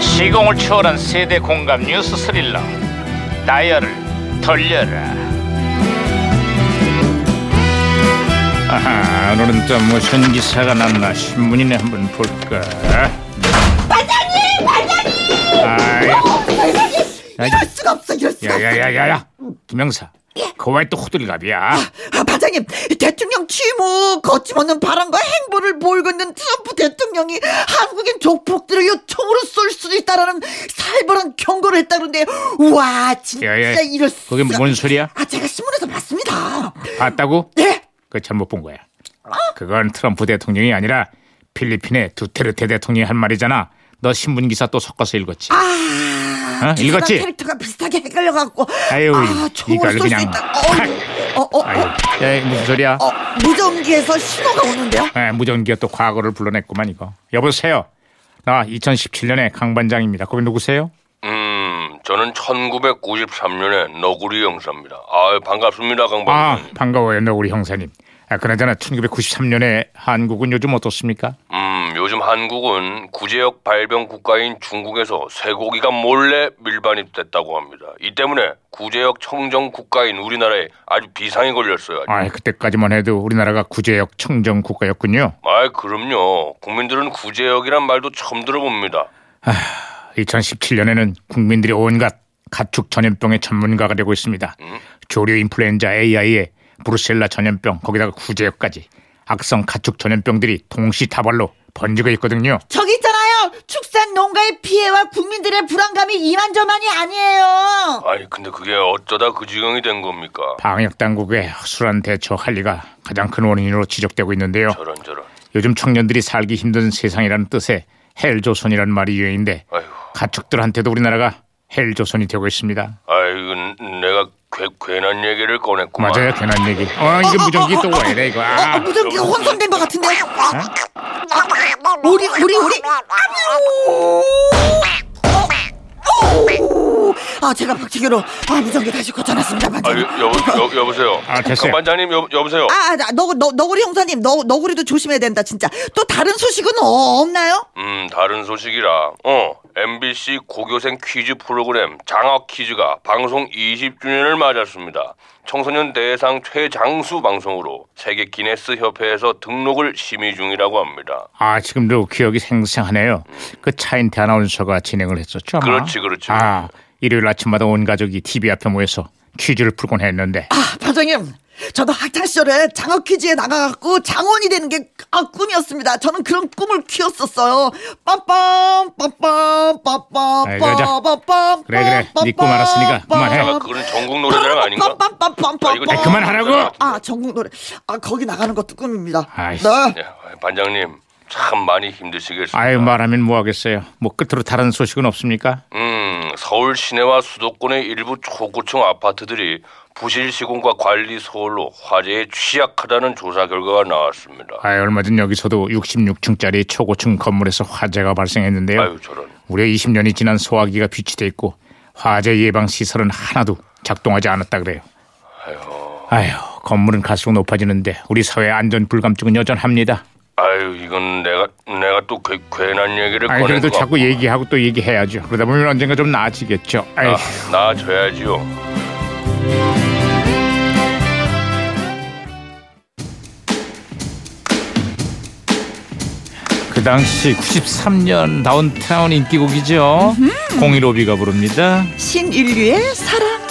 시공을 초월한 세대 공감 뉴스 스릴러 다이얼을 돌려라 아하 오늘은 또 무슨 기사가 났나 신문이네 한번 볼까 반장님! 반장님! 아이 반장님! 아이. 이럴 수가 없어 이럴 수가 없어 야야야야야 김영사 그와의 또 호들갑이야 예? 아, 반장님 대통령 취임 후 거침없는 바람과 행보를 몰고 있는 트럼프 대통령이 한국인 조폭들을 요 총으로 쏠 수도 있다라는 살벌한 경고를 했다는데 와 진짜 야야 뭐. 이럴 수 그게 뭔 소리야 아 제가 신문에서 봤습니다 봤다고 예? 그거 잘못 본 거야 어? 그건 트럼프 대통령이 아니라 필리핀의 두테르테 대통령이 한 말이잖아 너 신문 기사 또 섞어서 읽었지 아 어? 읽었지? 저랑 캐릭터가 비슷하게 헷갈려갖고 아유, 아 이걸 총을 쏠 수 그냥. 있다 어, 어, 어, 아유, 어, 야, 이거 무슨 소리야? 어, 무전기에서 신호가 오는데요 에, 예, 무전기가 또 과거를 불러냈구만 이거. 여보세요. 나 2017년의 강 반장입니다. 거기 누구세요? 음, 저는 1993년에 너구리 형사입니다. 아, 반갑습니다, 아, 강박사님. 반가워요, 너 우리 형사님. 아, 그나저나 1993년에 한국은 요즘 어떻습니까? 음, 요즘 한국은 구제역 발병 국가인 중국에서 쇠고기가 몰래 밀반입됐다고 합니다. 이 때문에 구제역 청정 국가인 우리나라에 아주 비상이 걸렸어요. 아, 아, 그때까지만 해도 우리나라가 구제역 청정 국가였군요. 그럼요. 국민들은 구제역이란 말도 처음 들어봅니다. 2017년에는 국민들이 온갖 가축 전염병의 전문가가 되고 있습니다. 조류 인플루엔자 AI에 브루셀라 전염병, 거기다가 구제역까지 악성 가축 전염병들이 동시다발로 번지고 있거든요. 저기 있잖아요. 축산 농가의 피해와 국민들의 불안감이 이만저만이 아니에요. 아니, 근데 그게 어쩌다 그 지경이 된 겁니까? 방역 당국의 허술한 대처 관리가 가장 큰 원인으로 지적되고 있는데요. 저런 저런. 요즘 청년들이 살기 힘든 세상이라는 뜻의 헬조선이라는 말이 유행인데 아휴. 가축들한테도 우리나라가 헬조선이 되고 있습니다. 아이고, 내가 괴, 괜한 얘기를 꺼냈구만. 맞아요, 괜한 얘기. 어, 이게 무전기 또 왜 이래 이거. 어, 아, 무전기가 혼선된 것 같은데. 우리 우리 우리. 아뇨. 오! 아 제가 박치기로 아 무전기 다시 고쳐놨습니다 아, 반장. 여, 여, 여, 여보세요. 아, 됐어요. 반장님, 여, 여보세요. 아너너 너구리 형사님 너 너구리도 조심해야 된다 진짜. 또 다른 소식은 어, 없나요? 음, 다른 소식이라. 어, MBC 고교생 퀴즈 프로그램 장학 퀴즈가 방송 20주년을 맞았습니다. 청소년 대상 최장수 방송으로 세계 기네스 협회에서 등록을 심의 중이라고 합니다. 아, 지금도 기억이 생생하네요. 그 차인태 아나운서가 진행을 했었죠. 아마? 그렇지, 그렇지. 아, 일요일 아침마다 온 가족이 TV 앞에 모여서 퀴즈를 풀곤 했는데 아 반장님. 저도 학창 시절에 장어 퀴즈에 나가갖고 장원이 되는 게 아, 꿈이었습니다. 저는 그런 꿈을 키웠었어요. 빰빰 빰빰 빰빰 아이고, 자. 빰빰 그래, 그래. 네 빰빰 꿈 알았으니까 그만해. 아, 그건 전국 노래자랑 아닌가? 빰빰빰빰빰. 아, 이거 아, 그만하라고! 아 전국 노래. 아 거기 나가는 것도 꿈입니다. 아이씨. 네. 예, 반장님, 참 많이 힘드시겠습니다. 아유 말하면 뭐하겠어요. 뭐 끝으로 다른 소식은 없습니까? 음, 서울 시내와 수도권의 일부 초고층 아파트들이 부실 시공과 관리 소홀로 화재에 취약하다는 조사 결과가 나왔습니다. 아, 얼마 전 여기서도 66층짜리 초고층 건물에서 화재가 발생했는데요. 아유 저런. 무려 20년이 지난 소화기가 비치돼 있고 화재 예방 시설은 하나도 작동하지 않았다 그래요. 아유, 건물은 갈수록 높아지는데 우리 사회 의 안전 불감증은 여전합니다. 아유 이건 내가 내가 또 괴, 괜한 얘기를 아니 꺼낸 그래도 뭐. 것 자꾸 얘기하고 또 얘기해야죠. 그러다 보면 언젠가 좀 나아지겠죠. 아유. 같고. 나 줘야지요. 그 당시 93년 다운타운 인기곡이죠. 015B가 부릅니다. 신인류의 사랑.